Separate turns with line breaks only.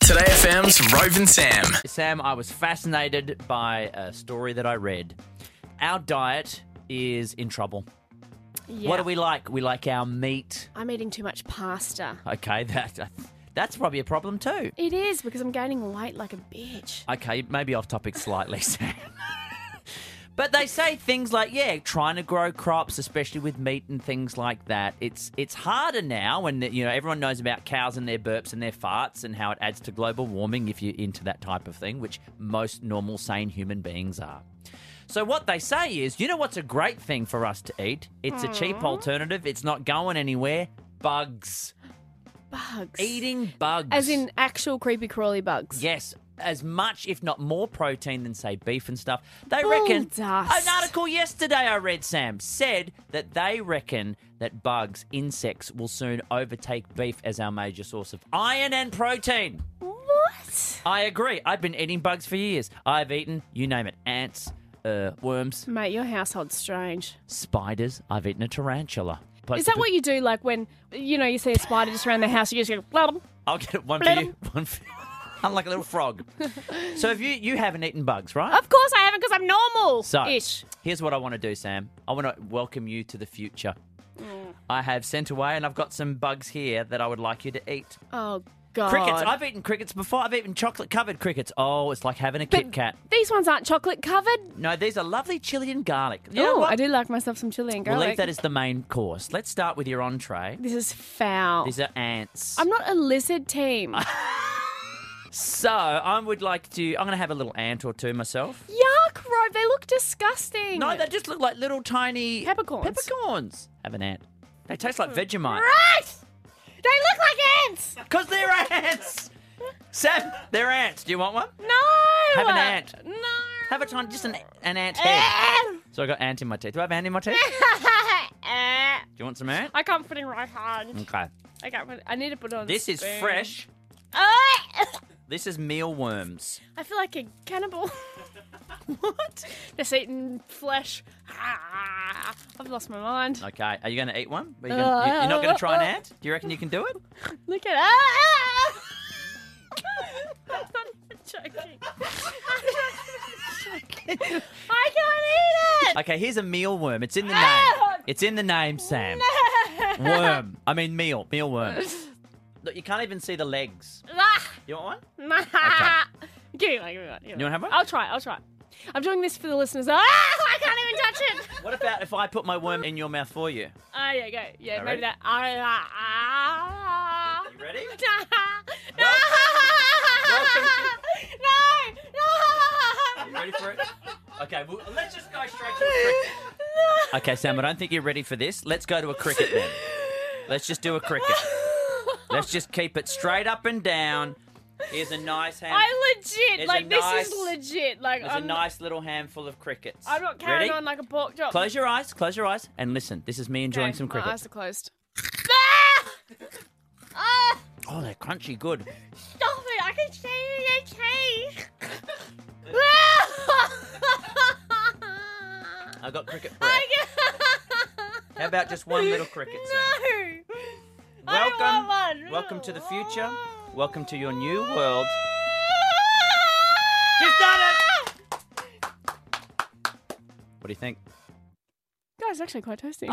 Today FM's Rove and Sam.
Sam, I was fascinated by a story that I read. Our diet is in trouble.
Yeah.
What do we like? We like our meat.
I'm eating too much pasta.
Okay, that that's probably a problem too.
It is because I'm gaining weight like a bitch.
Okay, maybe off topic slightly, Sam. But they say things like, yeah, trying to grow crops, especially with meat and things like that. It's it's harder now when you know everyone knows about cows and their burps and their farts and how it adds to global warming if you're into that type of thing, which most normal sane human beings are. So what they say is, you know what's a great thing for us to eat? It's a cheap
Hmm.
alternative. It's not going anywhere. Bugs.
Bugs.
Eating bugs.
As in actual creepy crawly bugs.
Yes, as much, if not more, protein than say beef and stuff. They
Bull
reckon
dust.
an article yesterday I read, Sam, said that they reckon that bugs, insects, will soon overtake beef as our major source of iron and protein.
What?
I agree. I've been eating bugs for years. I've eaten, you name it, ants, uh, worms,
Mate, your household's strange.
spiders. I've eaten a tarantula. But-
Is that what you do like when you know you see a spider just around the house, you just go, "Blum."
I'll get it one for
Blum.
you. One for I'm like a little frog. so if you you haven't eaten bugs, right?
Of course I haven't because I'm normal.
So,
ish.
here's what I want to do, Sam. I want to welcome you to the future.
Mm.
I have sent away, and I've got some bugs here that I would like you to eat.
Oh god.
Crickets. I've eaten crickets before. I've eaten chocolate covered crickets. Oh, it's like having a Kit Kat.
These ones aren't chocolate covered.
No, these are lovely chili and garlic. You know
Oh,
what?
I do like myself some chili and
We'll
garlic.
leave that as the main course. Let's start with your entree.
This is foul.
These are ants.
I'm not a lizard team.
So I would like to. I'm going to have a little ant or two myself.
Yuck, Rob, they look disgusting.
No, they just look like little tiny
Peppercorns. Hmm.
Peppercorns. Have an ant. They taste like Vegemite.
Right! They look like ants!
Because they're ants! Sam, they're ants. Do you want one?
No!
Have an ant.
No! Eh!
Have a time, just an, an ant head. So I got ant in my teeth. Do I have ant in my teeth? Do you want some ant?
I can't put in right hand.
Okay.
I can't put, I need to put on. a
This is
spoon.
fresh.
Ah!
This is mealworms.
I feel like a cannibal. what? Just eating flesh. Ah, I've lost my mind.
Okay. Are you going to eat one? Are you gonna, you, are not going to try an ant? Do you reckon you can do it?
Look at ah! I'm not even joking. I can't eat it!
Okay, here's a mealworm. It's in the name.
Ah!
It's in the name, Sam. Worm. I mean, meal. Mealworm. Look, you can't even see the legs.
Ah!
You want one?
Give me one, give me one. Give me
You wanna have one?
I'll try, I'll try. I'm doing this for the listeners. Ah, I can't even touch it.
What about if I put my worm in your mouth for you?
Ah, yeah, go. Yeah,
All
maybe
right.
that. Ah, ah, ah.
You ready?
No.
Welcome-
No.
You
No.
ready for it? Okay, well, let's just go straight to a cricket. Okay, Sam, I don't think you're ready for this. Let's go to a cricket then. Let's just do a cricket. Let's just keep it straight up and down. Here's a nice hand.
I legit
There's a
like this is
nice-
legit like
There's
I'm,
a nice little handful of crickets.
I'm not
ready?
carrying on like a pork chop.
Close your eyes. Close your eyes and listen. This is me enjoying
Okay,
some
My
crickets.
eyes are closed. Ah! Ah!
Oh, they're crunchy, good.
Stop it! I can see it in your teeth.
I got cricket breath.
I can-
How about just one little cricket? Sam?
No. I
Welcome,
don't want one.
welcome to the future. Welcome to your new world. She's done it. What do you think?
Guys, actually quite toasty.